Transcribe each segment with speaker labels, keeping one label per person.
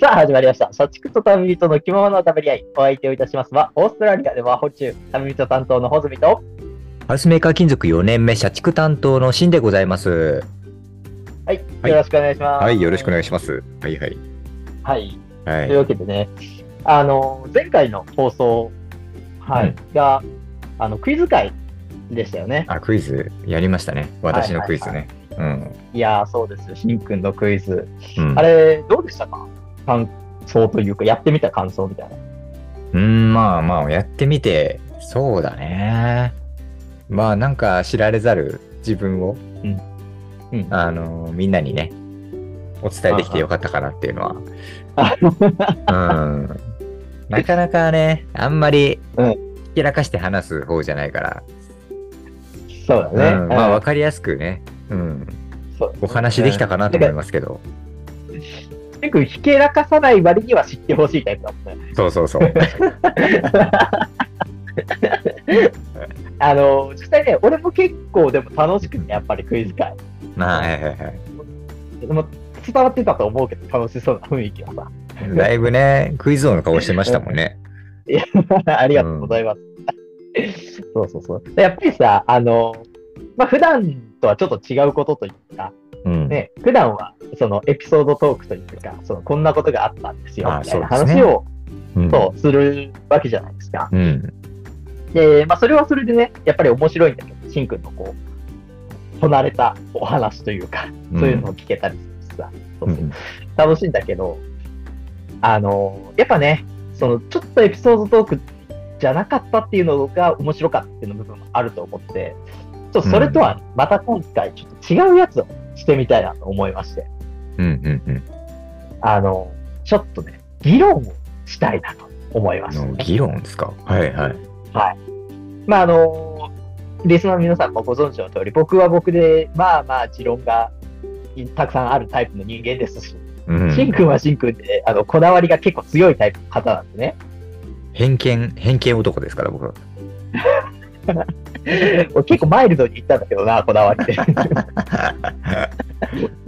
Speaker 1: さあ始まりました。社畜と旅人の着物の旅合い。お相手をいたしますは、オーストラリアではホチュー、旅人担当のホズミと、
Speaker 2: ハウスメーカー金属4年目社畜担当のシンでございます。
Speaker 1: はい、
Speaker 3: はい
Speaker 1: よろしくお願いします。
Speaker 3: はい、よろしくお願い
Speaker 1: し
Speaker 3: します。はいはい。
Speaker 1: ます。はい、
Speaker 3: は
Speaker 1: という
Speaker 3: い。
Speaker 1: わけでね、あの、前回の放送、はい、
Speaker 3: うん
Speaker 1: が、あの、クイズ会でしたよね。
Speaker 3: あ、クイズやりましたね。私のクイズね。うん。
Speaker 1: いやー、そうですよ。しんくんのクイズ。
Speaker 3: うん
Speaker 1: あれ、どうでしたか感想というか、やってみた感想みたいな。
Speaker 3: うん、まあ、
Speaker 2: まあまあ、やってみて、そうだね。まあなんか知られざる自分を、
Speaker 1: うん。
Speaker 2: あのみんなにね、お伝えできてよかったかなっていうの
Speaker 1: あ
Speaker 2: は。うん。なかなかね、あんまり
Speaker 1: うん
Speaker 2: ひけらかして話す方じゃないから、
Speaker 1: そうだね。
Speaker 2: うんまあ
Speaker 1: うん
Speaker 2: わかりやすくね、うん、
Speaker 1: そう
Speaker 2: お話できたかなと思いますけど。
Speaker 1: シンくん、ひけらかさない割には知ってほしいタイプだもんね。
Speaker 2: そうそう そう。
Speaker 1: あの実際ね、俺も結構でも楽しくて、やっぱりクイズ会。
Speaker 2: まあ、はいはいはい。
Speaker 1: でも伝わってたと思うけど、楽しそうな雰囲気はさ。
Speaker 2: だいぶね、クイズ王の顔してましたもんね。
Speaker 1: ありがとうございます。そうそうそう。やっぱりさ、あの、まあ、普段とはちょっと違うことというか、
Speaker 2: う ん。
Speaker 1: ね、普段はそのエピソードトークというか、そのこんなことがあったんですよ、
Speaker 2: あ
Speaker 1: みたいな
Speaker 2: そうです
Speaker 1: 話
Speaker 2: ね
Speaker 1: を
Speaker 2: うん
Speaker 1: そうするわけじゃないですか。
Speaker 2: うん。
Speaker 1: で、まあ、それはそれでね、やっぱり面白いんだけど、しんくんのこう、こなれたお話というか、そういうのを聞けたりするしさ、そう
Speaker 2: う。
Speaker 1: そうん楽しいんだけど、あの、やっぱね、その、ちょっとエピソードトークじゃなかったっていうのが面白かったっていうの部分もあると思って、ちょっとそれとはまた今回ちょっと違うやつをしてみたいなと思いまして、
Speaker 2: うんうんうん。
Speaker 1: あの、ちょっとね、議論をしたいなと思いま
Speaker 2: あ
Speaker 1: す。
Speaker 2: の議論ですか。はいはい。
Speaker 1: まああの、リスナーの皆さんもご存知の通り、僕は僕で、まあまあ持論がたくさんあるタイプの人間ですし、
Speaker 2: うん
Speaker 1: しんくんはしんくんで、あの、こだわりが結構強いタイプの方なんでね。
Speaker 2: 偏見、偏見男ですから、僕は。
Speaker 1: 俺結構マイルドに言ったんだけどな、こだわりで。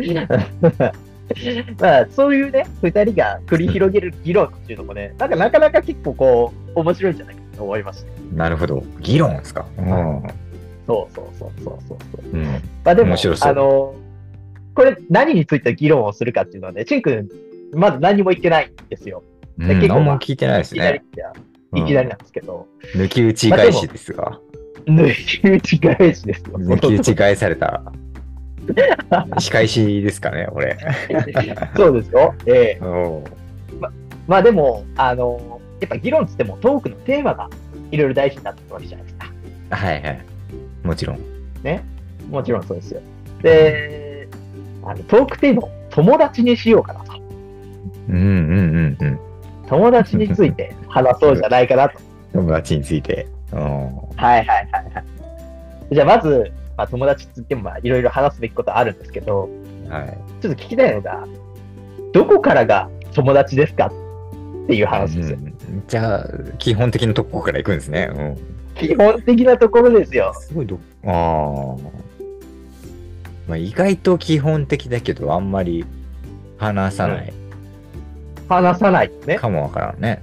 Speaker 1: まあ、そういうね、2人が繰り広げる議論っていうのもね、なんかなかなか結構こう、面白いんじゃないかと思いました。
Speaker 2: なるほど。議論ですか。うん。
Speaker 1: そうそうそうそうそうそう。
Speaker 2: うん。
Speaker 1: まあでも、
Speaker 2: 面白そう
Speaker 1: あの、これ何について議論をするかっていうのはね、しんくん、まず何も言ってないんですよ。
Speaker 2: うん
Speaker 1: 結構
Speaker 2: 何も聞いてないです
Speaker 1: いきなり
Speaker 2: ね
Speaker 1: っ。ていきなりなんですけど、
Speaker 2: 抜き打ち返しですが。
Speaker 1: 抜き打ち返しですよ。
Speaker 2: 抜き打ち返された。仕返しですかね、俺。
Speaker 1: そうですよ。ええ
Speaker 2: おう
Speaker 1: まあでも、あのやっぱ議論っつってもトークのテーマがいろいろ大事になってくるわけじゃないですか。
Speaker 2: はいはい。もちろん。
Speaker 1: もちろんそうですよ。で、あのトークテーマを友達にしようかなと。
Speaker 2: うんうんうんうん。
Speaker 1: 友達について話そうじゃないかなと。
Speaker 2: 友達について。うん
Speaker 1: はいはいはいはい。じゃあまず、まあ、友達っつってもまあいろいろ話すべきことあるんですけど、
Speaker 2: はい。
Speaker 1: ちょっと聞きたいのが、どこからが友達ですかっていう話ですよ。
Speaker 2: うんじゃあ、基本的なとこから行くんですね。うん。
Speaker 1: 基本的なところですよ。
Speaker 2: すごいど、ああ。まあ、意外と基本的だけど、あんまり話さない
Speaker 1: 話さないとね。
Speaker 2: かもわからんね。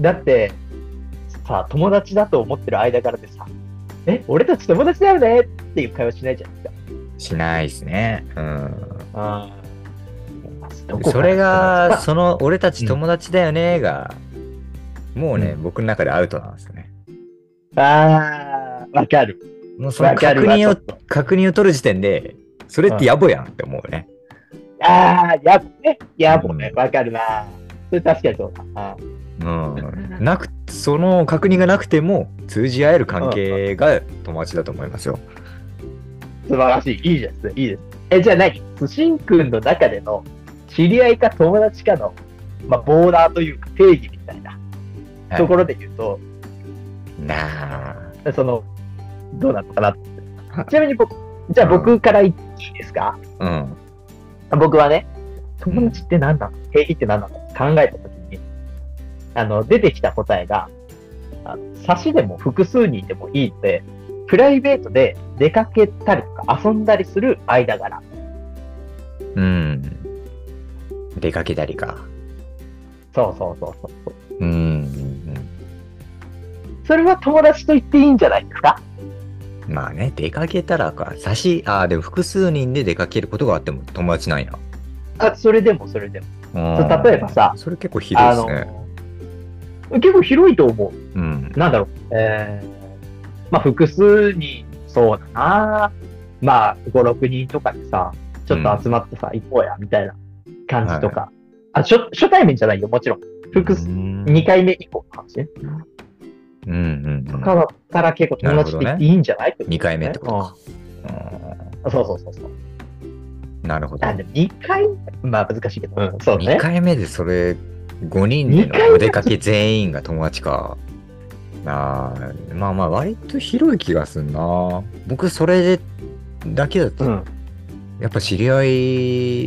Speaker 1: だってさ友達だと思ってる間からでさ「え俺たち友達だよね」っていう会話しないじゃないです
Speaker 2: しないですね。うん。
Speaker 1: か。あどこ
Speaker 2: それが、
Speaker 1: か
Speaker 2: その、俺たち友達だよねが、もうね、僕の中でアウトなんですよね。
Speaker 1: らあーわかる
Speaker 2: もうその
Speaker 1: わか
Speaker 2: 確
Speaker 1: るわ
Speaker 2: 認を
Speaker 1: ちょっ、と
Speaker 2: 確認を取る時点で、それって野暮やんって思うね。
Speaker 1: ああやぼねやぼね
Speaker 2: うん
Speaker 1: わかるなそれ確かにそうだあ
Speaker 2: うん。なく、その確認がなくても、通じ合える関係が友達だと思いますよ。
Speaker 1: 素晴らしいいいですねいいですえじゃあ何しんくんの中での知り合いか友達かの、まあ、ボーダーというか定義みたいな
Speaker 2: はい
Speaker 1: ところで言うと、
Speaker 2: なあ。
Speaker 1: そのどうなのかなってちなみに僕じゃあ僕からいいですか、
Speaker 2: うん。
Speaker 1: 僕はね、友達って何なの定義って何なのって考えたときに、あの、出てきた答えが、あの差しでも複数人でもいいので、プライベートで出かけたりとか遊んだりする間柄。
Speaker 2: うん。出かけたりか。
Speaker 1: そうそうそうそう。
Speaker 2: うんうん
Speaker 1: それは友達と言っていいんじゃないですか
Speaker 2: うん。まあね、出かけたらか。差し、ああ、でも複数人で出かけることがあっても友達なんや。
Speaker 1: あそれでもそれでも。
Speaker 2: うん
Speaker 1: 例えばさ、
Speaker 2: それ結構広いですね。
Speaker 1: の結構広いと思う。
Speaker 2: うん。
Speaker 1: なんだろう。えー、まあ複数人、そうだな。まあ5、6人とかでさ、ちょっと集まってさ、行こうや、みたいな感じとか。あ初、初対面じゃないよ、もちろん。複数、
Speaker 2: うん
Speaker 1: 2回目以降の話ね。
Speaker 2: うんうんう
Speaker 1: と
Speaker 2: ん。
Speaker 1: かだったら結構友達って言っていいんじゃない、
Speaker 2: 2回目ってことか。
Speaker 1: うんそうそうそうそう。
Speaker 2: うんなるほど
Speaker 1: あ。でも2回、まあ難しいけど、うん、そうね
Speaker 2: 2。回目でそれ、5人で
Speaker 1: 二回
Speaker 2: の
Speaker 1: 目
Speaker 2: お出かけ全員が友達か。あーまあまあ、割と広い気がすんな。僕、それだけだ
Speaker 1: う
Speaker 2: と、
Speaker 1: ん。
Speaker 2: やっぱ知り合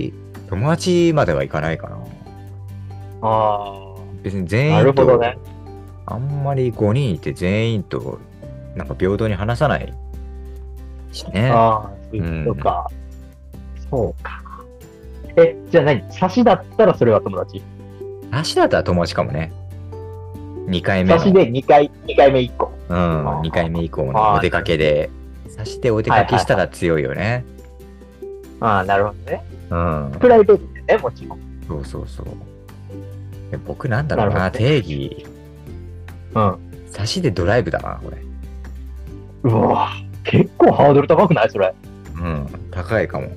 Speaker 2: い、友達まではいかないかな。
Speaker 1: あ
Speaker 2: 別に
Speaker 1: あ、
Speaker 2: 全
Speaker 1: な
Speaker 2: 員
Speaker 1: るほど
Speaker 2: と、
Speaker 1: ね。
Speaker 2: あんまり5人いて全員と、なんか平等に話さないしね。
Speaker 1: ああ、そういうことか。そうか。え、じゃあ何差しだったらそれは友達。
Speaker 2: なしだったら友達かもね。2回目
Speaker 1: 差
Speaker 2: の。
Speaker 1: しで2回、二回目1個。
Speaker 2: うん、2回目以降の
Speaker 1: はい
Speaker 2: お出かけで、さしてお出かけしたら強いよね。
Speaker 1: ああ、なるほどね。
Speaker 2: うん。
Speaker 1: プライベートでね、もちろん。
Speaker 2: そうそうそう。で僕なんだろうな、
Speaker 1: なるほど
Speaker 2: 定義。
Speaker 1: うん。
Speaker 2: 差しでドライブだな、これ。
Speaker 1: うわ結構ハードル高くないそれ。
Speaker 2: うん、高いかも。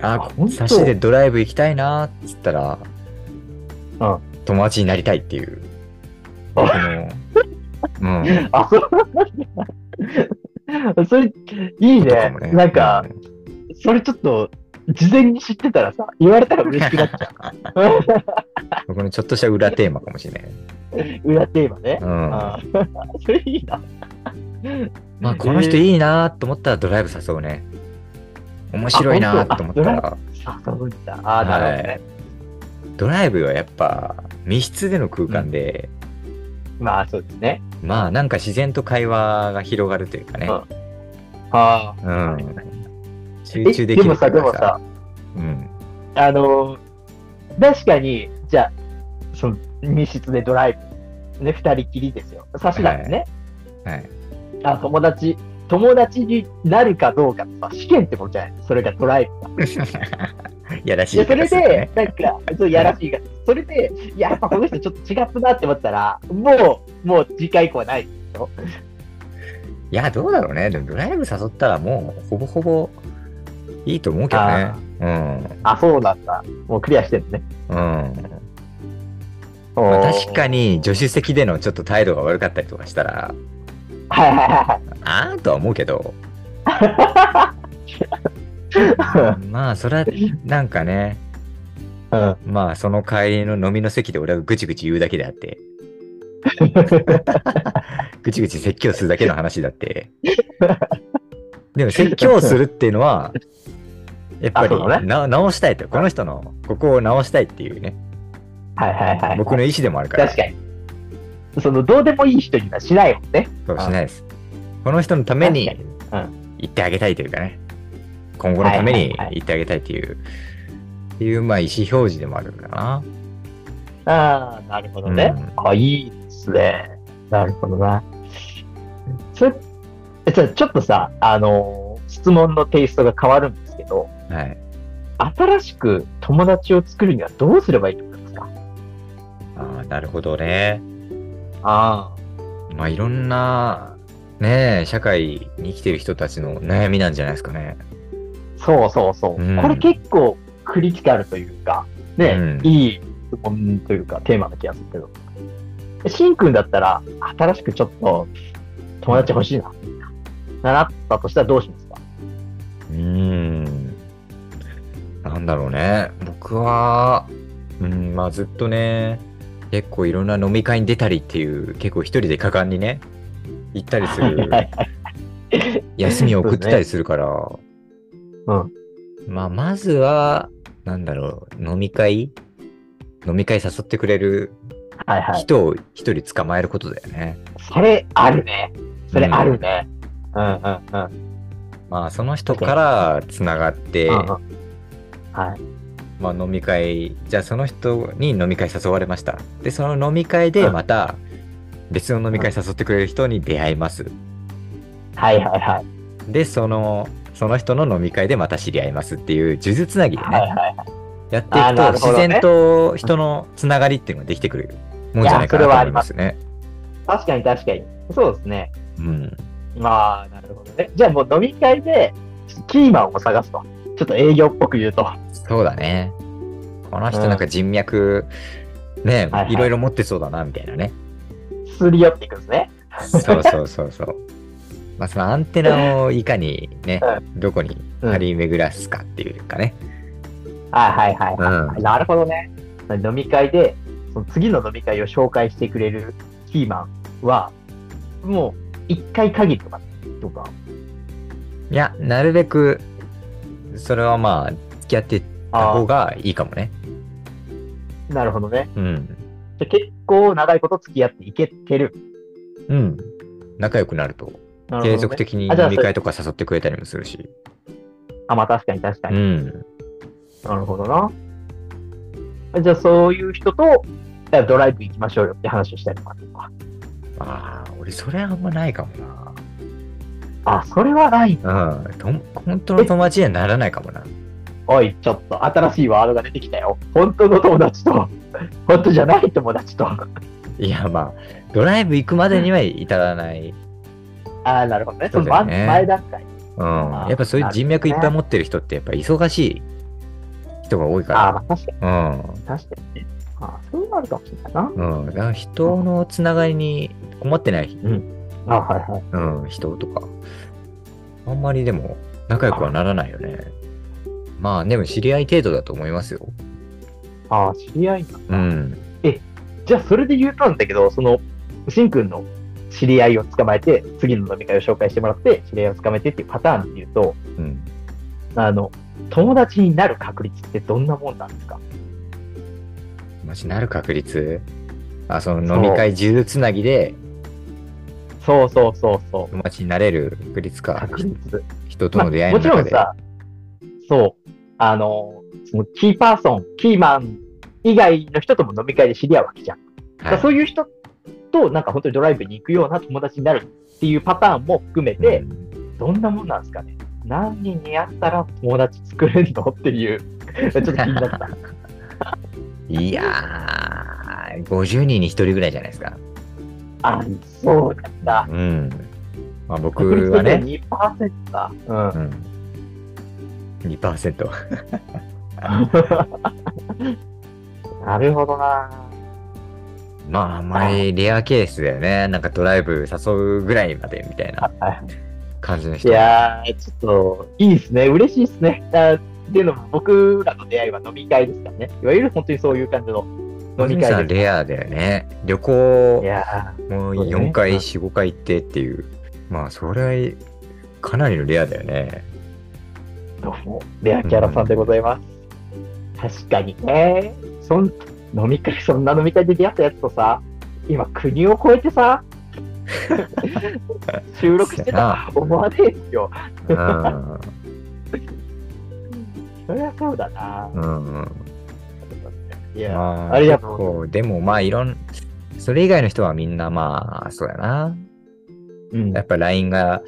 Speaker 1: あ
Speaker 2: あ、
Speaker 1: 本当
Speaker 2: 差しでドライブ行きたいな、っつったら、
Speaker 1: うん
Speaker 2: 友達になりたいっていう。
Speaker 1: あ
Speaker 2: 僕の、うん。
Speaker 1: あ、 そう。それ、いい
Speaker 2: ことか
Speaker 1: ね
Speaker 2: も。ね
Speaker 1: なんか、、それちょっと、事前に知ってたらさ、言われたら嬉しくなっちゃう。
Speaker 2: うん僕のちょっとした裏テーマかもしれない。
Speaker 1: 裏テーマね
Speaker 2: う。ん。
Speaker 1: あー それいいな。
Speaker 2: まあ、この人
Speaker 1: い。
Speaker 2: いいなと思ったらドライブ誘うね。面白いなと思った
Speaker 1: あ本
Speaker 2: ら、
Speaker 1: あ、そういった。ああ、なるほどね。
Speaker 2: ドライブはやっぱ密室での空間で、
Speaker 1: まあ、そうですね。
Speaker 2: まあなんか自然と会話が広がるというかね、
Speaker 1: はあ。
Speaker 2: うん、集
Speaker 1: え
Speaker 2: 中できる
Speaker 1: でもさ、
Speaker 2: とい
Speaker 1: で
Speaker 2: うか
Speaker 1: もさ、
Speaker 2: うん、
Speaker 1: あのー確かに、じゃあ、その、密室でドライブ、ね、二人きりですよ。差しだってね、
Speaker 2: はい、
Speaker 1: あ、友達、友達になるかどうかさ、試験ってことじゃないそれがドライブ。
Speaker 2: やらし
Speaker 1: い
Speaker 2: い
Speaker 1: や、そ
Speaker 2: 言い
Speaker 1: れ
Speaker 2: 方する
Speaker 1: で
Speaker 2: とね、、
Speaker 1: なんか、そう、やらしいが、それで、いや、やっぱこの人ちょっと違ったなって思ったら、もう、もう次回以降はない。
Speaker 2: いやどうだろうねでもドライブ誘ったらもうほぼほぼいいと思うけどね
Speaker 1: あ
Speaker 2: うん
Speaker 1: あ、そうなんだ。もうクリアしてるね。
Speaker 2: うんまあ、確かに助手席でのちょっと態度が悪かったりとかしたら
Speaker 1: はいはいはいはい。
Speaker 2: あーとは思う けど まあそれはなんかね
Speaker 1: うん
Speaker 2: まあその帰りの飲みの席で俺はぐちぐち言うだけであってぐちぐち説教するだけの話だってでも説教するっていうのはやっぱ
Speaker 1: あそうだ
Speaker 2: りな、直したいとこの人のここを直したいっていうね
Speaker 1: はいはいはい。
Speaker 2: 僕の意思でもあるから
Speaker 1: 確かに。その、どうでもいい人にはしないもんね。
Speaker 2: そうしないですこの人のために
Speaker 1: 確かに
Speaker 2: 言ってあげたいというかね今後のため
Speaker 1: はいは
Speaker 2: に
Speaker 1: いはい
Speaker 2: 言ってあげたいっていう、っていうまあ意思表示でもあるんだな、
Speaker 1: ああ、なるほどね。あ、いいですね。なるほどな。それ、えじゃあちょっとさ、あのー質問のテイストが変わるんですけど、
Speaker 2: うんはい
Speaker 1: 新しく友達を作るにはどうすればいいと思いますか
Speaker 2: ああなるほどね
Speaker 1: あ
Speaker 2: まあいろんなねえ社会に生きてる人たちの悩みなんじゃないですかね。
Speaker 1: そうそうそう。
Speaker 2: うん
Speaker 1: これ結構クリティカルというか、ね、
Speaker 2: うん
Speaker 1: いい質問というかテーマな気がするけど。えしんくんだったら、新しくちょっと友達欲しいな、なったとしたらどうしますか
Speaker 2: うーん。なんだろうね。僕は、うん、まあずっとね、結構いろんな飲み会に出たりっていう、結構一人で果敢にね、行ったり する、休みを送ってたりするから、
Speaker 1: うん
Speaker 2: まあまずは、なんだろう、飲み会飲み会誘ってくれる
Speaker 1: はいはい。
Speaker 2: 人を一人捕まえることだよね。
Speaker 1: それあるね。それあるね。うんうんうん。
Speaker 2: まあその人からつながって、
Speaker 1: うんうんはい。
Speaker 2: まあ、飲み会じゃあその人に飲み会誘われましたでその飲み会で
Speaker 1: うん
Speaker 2: また別の飲み会誘ってくれる人に出会います
Speaker 1: はいはいはい。
Speaker 2: でそのその人の飲み会でまた知り合いますっていう数珠つなぎでね、
Speaker 1: はいはい。
Speaker 2: やってい
Speaker 1: あー
Speaker 2: く
Speaker 1: な
Speaker 2: と
Speaker 1: るほどね
Speaker 2: 自然と人のつながりっていうのができてくるもんじゃないかなと思いますね。
Speaker 1: 確かに確かに。そうですね。
Speaker 2: うん、
Speaker 1: まあ、なるほどね。じゃあもう飲み会で、キーマンを探すと。ちょっと営業っぽく言うと。
Speaker 2: そうだね。この人なんか人脈、ね
Speaker 1: はいはい
Speaker 2: いろいろ持ってそうだなみたいなね。
Speaker 1: すり寄っていくんですね。
Speaker 2: そうそうそうそう。まあそのアンテナをいかにね、どこに張り巡らすかっていうかね。
Speaker 1: はいはいはい。
Speaker 2: うん。
Speaker 1: なるほどね。飲み会で、その次の飲み会を紹介してくれるキーマンは、もう1回限りとか、とか。
Speaker 2: いや、なるべく、それはまあ、付き合ってた方がいいかもね。
Speaker 1: なるほどね。
Speaker 2: うん。
Speaker 1: じゃあ結構長いこと付き合っていけてる。
Speaker 2: うん。仲良くなると、
Speaker 1: なるほどね
Speaker 2: 継続的に
Speaker 1: あじゃあ
Speaker 2: 飲み会とか誘ってくれたりもするし。
Speaker 1: あ、まあ確かに確か
Speaker 2: う
Speaker 1: に。
Speaker 2: ん。
Speaker 1: なるほどな。じゃあそういう人と、じゃあドライブ行きましょうよって話をしたりとか。
Speaker 2: ああ、俺、それはあんまないかもな。
Speaker 1: あ、それはない。
Speaker 2: うん、と本当の友達にはならないかもな。
Speaker 1: おい、ちょっと新しいワードが出てきたよ。本当の友達と、 本当じゃない友達と。あ
Speaker 2: いや、まあ、ドライブ行くまでには至らない。
Speaker 1: あ、なるほどね。そ
Speaker 2: そう
Speaker 1: の
Speaker 2: だよ
Speaker 1: 前
Speaker 2: ね
Speaker 1: 前段階。
Speaker 2: うん。
Speaker 1: あー
Speaker 2: やっぱそういう人脈いっぱい持ってる人って、やっぱ忙しい人が多い
Speaker 1: ああ、ま
Speaker 2: か。
Speaker 1: あ確からに確かにね。ああ、そうなるかもしれないな。
Speaker 2: うん。うん。だから人のつながりに困ってない、
Speaker 1: あはいはい。
Speaker 2: うん、人とか。あんまりでも、仲良くはならないよね。まあ、でも知り合い程度だと思いますよ。
Speaker 1: ああ、知り合いか。
Speaker 2: うん。
Speaker 1: じゃあそれで言うとなんだけど、その、しんくんの知り合いを捕まえて、次の飲み会を紹介してもらって、知り合いを捕まえてっていうパターンで言うと、
Speaker 2: うん。
Speaker 1: あの、友達になる確率ってどんなもんなんですか
Speaker 2: マジなる確率あ、その飲み会数珠つなぎで
Speaker 1: そうそうそうそう。
Speaker 2: 友達になれる確率か。
Speaker 1: 確率。
Speaker 2: 人との出会い
Speaker 1: まあも
Speaker 2: の
Speaker 1: ちろ
Speaker 2: 中
Speaker 1: ん
Speaker 2: で。
Speaker 1: さ、そう、あの、そのキーパーソン、キーマン以外の人とも飲み会で知り合うわけじゃん。だから
Speaker 2: は
Speaker 1: そういう人と、なんか本当にドライブに行くような友達になるっていうパターンも含め
Speaker 2: い
Speaker 1: て、
Speaker 2: うん
Speaker 1: どんなもんなんですかね。何人に会ったら友達作れるのっていう、ちょっと気になった。
Speaker 2: いやー、50人に1人ぐらいじゃないですか。
Speaker 1: あ、そうなんだ。
Speaker 2: うん。まあ、僕
Speaker 1: 確率
Speaker 2: はね、
Speaker 1: 的には2%だ。うん
Speaker 2: う。ん、2%。
Speaker 1: なるほどな。
Speaker 2: まあ、あんまりレアケースだよね。なんかドライブ誘うぐらいまでみたいな
Speaker 1: はい
Speaker 2: 感じの
Speaker 1: い
Speaker 2: 人。
Speaker 1: やー、ちょっと、いいですね。嬉しいですね。あーっていうのも、僕らの出会いは飲み会ですからね。いわゆる本当にそういう感じの飲み
Speaker 2: みさ
Speaker 1: 会
Speaker 2: ん
Speaker 1: です。
Speaker 2: レアだよね。旅
Speaker 1: い
Speaker 2: 行、
Speaker 1: や
Speaker 2: もう
Speaker 1: そうだね
Speaker 2: 4
Speaker 1: うん
Speaker 2: 回、4、5回行ってっていう。まあ、それは、かなりのレアだよね。
Speaker 1: ー、どうも、レアキャラさんでございます。確かにね。そん、飲み会、そんな飲み会で出会ったやつとさ、今、国を越えてさ、 収録してたら思わねえですよ。
Speaker 2: うん。
Speaker 1: そりゃそうだな。
Speaker 2: うんうん。
Speaker 1: いやー、
Speaker 2: ま
Speaker 1: ありがとう
Speaker 2: 結構でもまあいろん、それ以外の人はみんなまあ、そうやな。
Speaker 1: うん、は
Speaker 2: や
Speaker 1: い
Speaker 2: っぱ LINE が、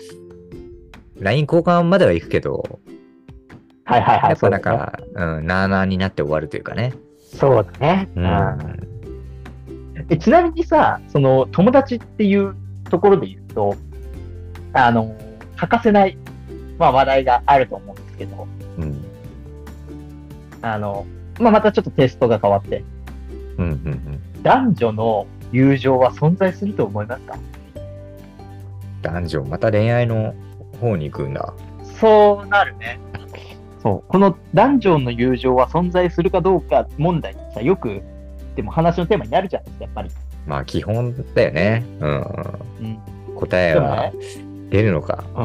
Speaker 2: LINE 交換までは行くけど、
Speaker 1: はいはい。
Speaker 2: やっぱだか
Speaker 1: そうだね
Speaker 2: ら、うん、なあなあになって終わるというかね。
Speaker 1: そうだね。
Speaker 2: う
Speaker 1: うん
Speaker 2: ん。
Speaker 1: えちなみにさその友達っていうところで言うとあの欠かせない、まあ、話題があると思うんですけど
Speaker 2: うん。
Speaker 1: あの、まあ、またちょっとテイストが変わって
Speaker 2: うん。うん。うん
Speaker 1: 男女の友情は存在すると思いますか
Speaker 2: 男女、また恋愛の方に行くんだ。
Speaker 1: そうなるねそうこの男女の友情は存在するかどうか問題ってさよくでも話のテーマになるじゃないですかやっぱり、
Speaker 2: まあ基本だよね。うん。
Speaker 1: うん
Speaker 2: 答えは出るのか。
Speaker 1: う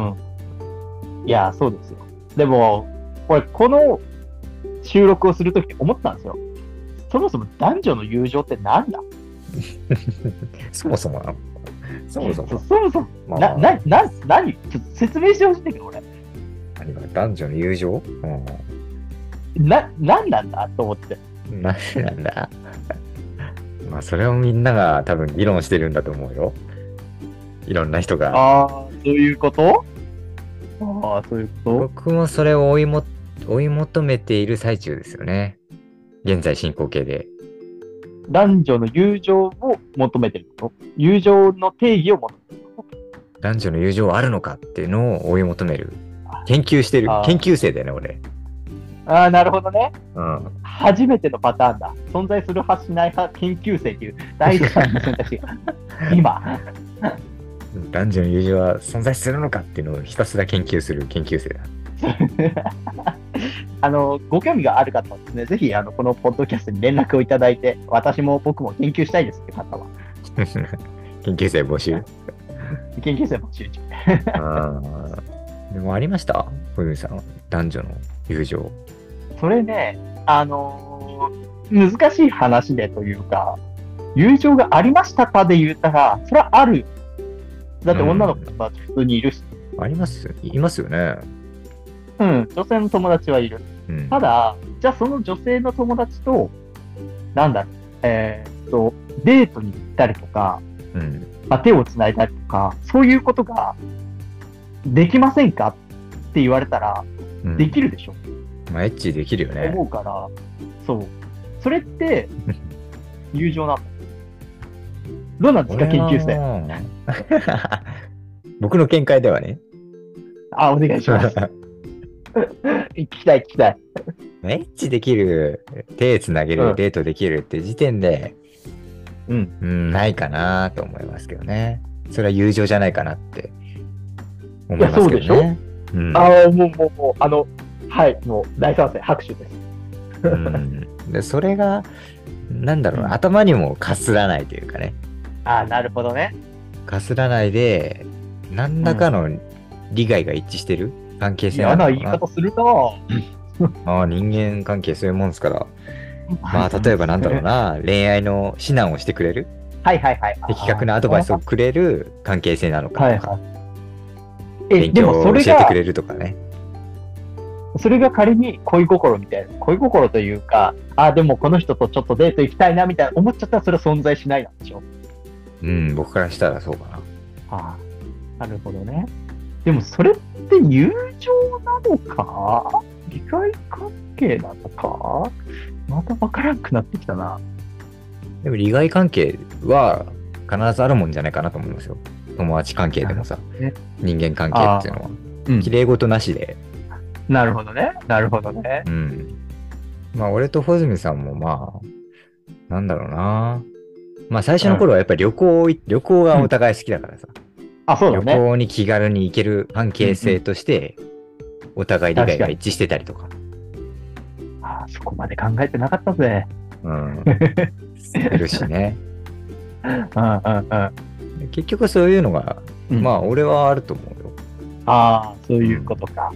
Speaker 1: ん。いや、そうですよ。でも、俺、この収録をするときに思ったんですよ。そもそも男女の友情ってなんだ
Speaker 2: そもそもな。そもそも。
Speaker 1: そもそも、
Speaker 2: ま
Speaker 1: な、
Speaker 2: あ、
Speaker 1: な、な、何ちょっと説明してほしいんだけど、俺。
Speaker 2: 何が男女の友情うん。
Speaker 1: な、なんなんだと思って。
Speaker 2: なんでなんだ まあそれをみんなが多分議論してるんだと思うよ。いろんな人が。
Speaker 1: ああ、そういうことああ、そういうこ
Speaker 2: 僕もそれを追いも追い求めている最中ですよね。現在進行形で。
Speaker 1: と男女の友情を求めてること友情の定義を求めてるこ
Speaker 2: 男女の友情はあるのかっていうのを追い求める。研究してる
Speaker 1: あ。ー
Speaker 2: 研究生だよね、俺。
Speaker 1: とああ、なるほどね。
Speaker 2: うん。
Speaker 1: 初めてのパターンだ。存在する派しない派研究生っていう大事な選択肢が今。
Speaker 2: 男女の友情は存在するのかっていうのをひたすら研究する研究生だ。
Speaker 1: あの、ご興味がある方はですね、ぜひ、あの、このポッドキャストに連絡をいただいて、私も僕も研究したいですって方は、
Speaker 2: 研究生募 集。
Speaker 1: 研究生募集中。
Speaker 2: あーでもありました小泉さん。男女の友情。
Speaker 1: それね、あのー難しい話でというか、友情がありましたかで言ったら、それはある。だって女の子は普通にいるし、
Speaker 2: ありますいますよね。
Speaker 1: うん、女性の友達はいる。
Speaker 2: うん。
Speaker 1: ただ、じゃあその女性の友達と、なんだろう、えーっと、デートに行ったりとか、
Speaker 2: うん。
Speaker 1: まあ、手をつないだりとか、そういうことができませんかって言われたら、
Speaker 2: うん
Speaker 1: できるでしょ、
Speaker 2: まあ、エッチできるよね
Speaker 1: 思。うから、そう。それっ て、友情なの。どうなんですか、研究生。
Speaker 2: 生。 僕の見解ではね。
Speaker 1: あ、お願いし ます。聞きたい、聞きたい。
Speaker 2: エッチできる、手つなげ
Speaker 1: うん
Speaker 2: る、デートできるって時点で、
Speaker 1: うん。
Speaker 2: うん、ないかなと思いますけどね。それは友情じゃないかなって思
Speaker 1: いや
Speaker 2: いますけどね。
Speaker 1: そうで
Speaker 2: うん
Speaker 1: ああ、もう、もう、もう、あの、はい、もう、大賛成、拍手です。
Speaker 2: うんでそれが、なんだろうな、頭にもかすらないというかね、
Speaker 1: ああ、なるほどね。
Speaker 2: かすらないで、何らかの利害が一致してる関係性
Speaker 1: 嫌な
Speaker 2: の
Speaker 1: 言い
Speaker 2: かな
Speaker 1: 方するな
Speaker 2: まあ人間関係そういうもんですから、まあ例えばなんだろう。な、恋愛の指南をしてくれる、
Speaker 1: はいはいはい。
Speaker 2: 的確なアドバイスを
Speaker 1: は
Speaker 2: くれる関係性なのか
Speaker 1: い
Speaker 2: とか、
Speaker 1: はい。え、
Speaker 2: 勉
Speaker 1: で
Speaker 2: 強
Speaker 1: もそ
Speaker 2: を教
Speaker 1: れ
Speaker 2: えて
Speaker 1: が
Speaker 2: く、れるとかね。
Speaker 1: それが仮に恋心みたいな、恋心というか、ああ、でもこの人とちょっとデート行きたいなみたいな思っちゃったらそれは存在しないなんでしょ
Speaker 2: うん、僕からしたらそうかな。
Speaker 1: ああ、なるほどね。でもそれって友情なのか利害関係なのかまた分からんくなってきたな。
Speaker 2: でも利害関係は必ずあるもんじゃないかなと思いますよ。友達関係でもさ、
Speaker 1: ね
Speaker 2: 人間関係っていうのは。
Speaker 1: うん
Speaker 2: 綺麗事なしで。
Speaker 1: なるほどね。なるほどね。
Speaker 2: うん。まあ、俺と穂積さんもまあ、なんだろうな。まあ、最初の頃はやっぱり旅行い、旅行がお互い好きだからさ、
Speaker 1: あ、そうだ
Speaker 2: 旅
Speaker 1: ね。
Speaker 2: 行に気軽に行ける関係性として、お互い理解が一致してたりとか。
Speaker 1: ああ、そこまで考えてなかったぜ。
Speaker 2: うん。するしね。
Speaker 1: うんうんうん。
Speaker 2: 結局そういうのが、
Speaker 1: うん
Speaker 2: まあ、俺はあると思うよ。
Speaker 1: ああ、そういうことか。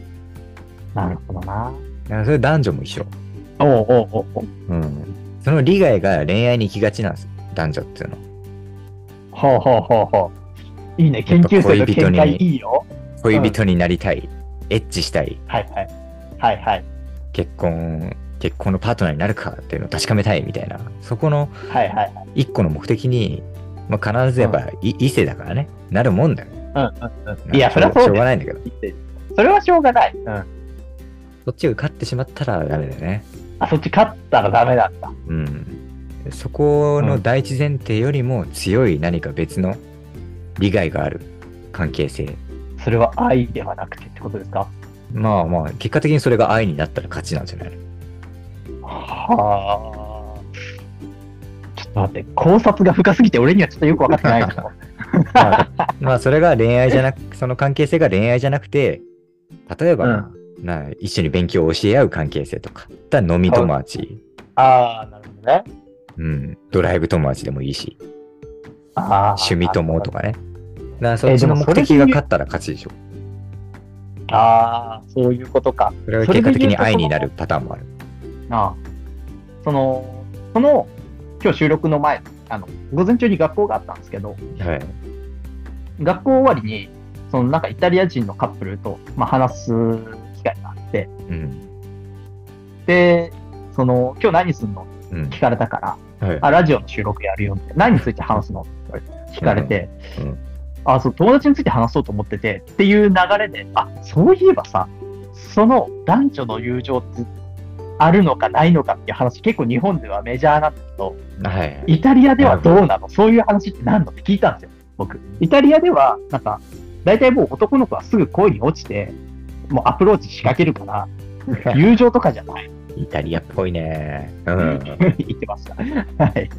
Speaker 1: なるほどな。
Speaker 2: だからそれ男女も一緒。
Speaker 1: おうおうおうおう。
Speaker 2: うん。その利害が恋愛に行きがちなんですよ。男女っていうのは。
Speaker 1: ほうほうほうほう。いいね。研究生の見解いいよ。
Speaker 2: 恋人になりたい。エッチしたい。
Speaker 1: はいはい。はいはい。
Speaker 2: 結婚結婚のパートナーになるかっていうのを確かめたいみたいなそこの
Speaker 1: はいはい。
Speaker 2: 一個の目的に、まあ、必ずやっぱ、い異性だからねなるもんだよ
Speaker 1: うんうんうん。
Speaker 2: ない
Speaker 1: や、それはそう
Speaker 2: しょう
Speaker 1: だ
Speaker 2: が
Speaker 1: よ。
Speaker 2: ないんだけど
Speaker 1: それはしょうがない。うん。
Speaker 2: そっちが勝ってしまったらダメだよね
Speaker 1: あ、そっち勝ったらダメなんだ。
Speaker 2: うんそこの第一前提よりも強い何か別の利害がある関係性
Speaker 1: それは愛ではなくてってことですか
Speaker 2: まあまあ結果的にそれが愛になったら勝ちなんじゃないの
Speaker 1: はあ。ちょっと待って、考察が深すぎて俺にはちょっとよく分かってないけ ど。
Speaker 2: まあそれが恋愛じゃなく、その関係性が恋愛じゃなくて、例えばな、な一緒に勉強を教え合う関係性とか、だから飲み友達、
Speaker 1: ああ、なるほどね。
Speaker 2: うん、ドライブ友達でもいいし、
Speaker 1: ああ。
Speaker 2: 趣味友とかね。だからそ
Speaker 1: え
Speaker 2: っ
Speaker 1: ーで
Speaker 2: ち
Speaker 1: も
Speaker 2: の
Speaker 1: そ
Speaker 2: 目
Speaker 1: れ
Speaker 2: 的が勝ったら勝ちでしょ。
Speaker 1: ああ、そういうことか。
Speaker 2: それが結果
Speaker 1: それ
Speaker 2: 的
Speaker 1: で言う
Speaker 2: に
Speaker 1: とその
Speaker 2: 愛になるパターンもある。
Speaker 1: ああ。その、その、今日収録の前、あの、午前中に学校があったんですけど、
Speaker 2: はい。
Speaker 1: 学校終わりに、そのなんかイタリア人のカップルと、まあ、話す機会があって、
Speaker 2: うん。
Speaker 1: で、その、今日何すんの
Speaker 2: うん
Speaker 1: 聞かれたから、
Speaker 2: はい
Speaker 1: あ、ラジオの収録やるよって、何について話すのって言われて聞かれて、
Speaker 2: うんうん
Speaker 1: あ、そう、友達について話そうと思ってて、っていう流れで、あ、そういえばさ、その男女の友情ってあるのかないのかっていう話、結構日本ではメジャーなんだけど、
Speaker 2: はい。
Speaker 1: イタリアではどうなのそういう話って何のって聞いたんですよ、僕。イタリアでは、なんか、大体もう男の子はすぐ恋に落ちて、もうアプローチ仕掛けるから、友情とかじゃない
Speaker 2: イタリアっぽいね。う
Speaker 1: っ
Speaker 2: ん。
Speaker 1: て 言ってました。はい。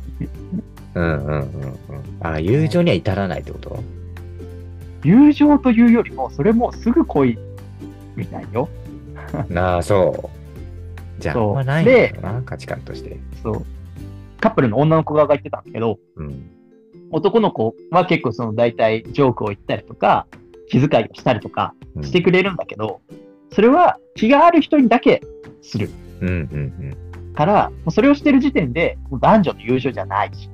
Speaker 2: うんうんうんうん。あ、友情には至らないってこと
Speaker 1: 友情というよりも、それもうすぐ恋みたいよ。
Speaker 2: なあ、そう。じゃあ、
Speaker 1: そう
Speaker 2: あんまないんだよな、価値観として。
Speaker 1: そう。カップルの女の子側が言ってたんだけど、
Speaker 2: うん。
Speaker 1: 男の子は結構その大体ジョークを言ったりとか、気遣いをしたりとか
Speaker 2: うん
Speaker 1: してくれるんだけど、それは気がある人にだけする。
Speaker 2: うんうん
Speaker 1: から、もうそれをしてる時点で、もう男女の友情じゃないし、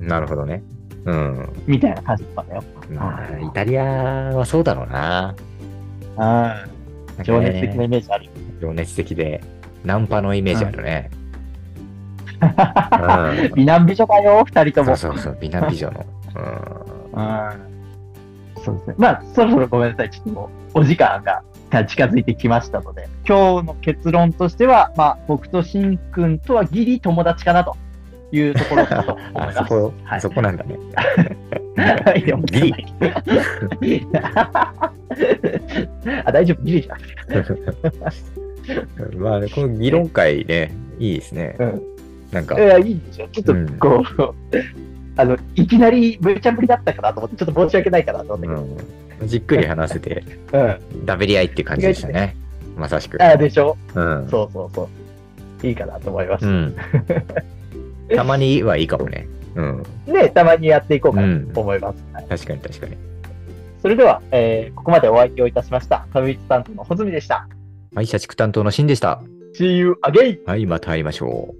Speaker 2: うん。なるほどね。うん。
Speaker 1: みたいな感じだったんだよ。
Speaker 2: まあ、イタリアはそうだろうな。
Speaker 1: うん。
Speaker 2: なんかね
Speaker 1: 情熱的なイメージあるよ。
Speaker 2: 情熱的で、ナンパのイメージあるね。うん
Speaker 1: 美男美女だよ、二人とも。
Speaker 2: そうそうそう、美男美女の。
Speaker 1: うん。そうですね。まあ、そろそろごめんなさい。ちょっともう、お時間が近づいてきましたので、今日の結論としては、まあ、僕としんくんとはギリ友達かなというところだと
Speaker 2: うん。
Speaker 1: 思
Speaker 2: あ
Speaker 1: いま
Speaker 2: そ
Speaker 1: す。
Speaker 2: こ、
Speaker 1: はい
Speaker 2: そこなんだね。
Speaker 1: いやもう
Speaker 2: ギリ
Speaker 1: あ、大丈夫、ギリじゃん。
Speaker 2: まあ、この議論会ね、いいですね。
Speaker 1: うん。
Speaker 2: なんか
Speaker 1: い、や、いいでしょ。ちょっと、こう、あの、いきなり無茶ぶりだったかなと思って、ちょっと申し訳ないかなと思ったけど。
Speaker 2: うんじっくり話せて、
Speaker 1: うん。
Speaker 2: ダベり合いっていう感じでしたね。まさしく。
Speaker 1: あ、でしょ
Speaker 2: うん。
Speaker 1: そうそうそう。いいかなと思います
Speaker 2: う。 ん。たまにはいいかもね。うん。
Speaker 1: で、たまにやっていこうかなと思います。はい
Speaker 2: 確かに確かに。
Speaker 1: それでは、えーここまでお相手をいたしました。壁打ち担当の穂積でした。
Speaker 2: はい、社畜担当のシンでした。
Speaker 1: See you again!
Speaker 2: はい、また会いましょう。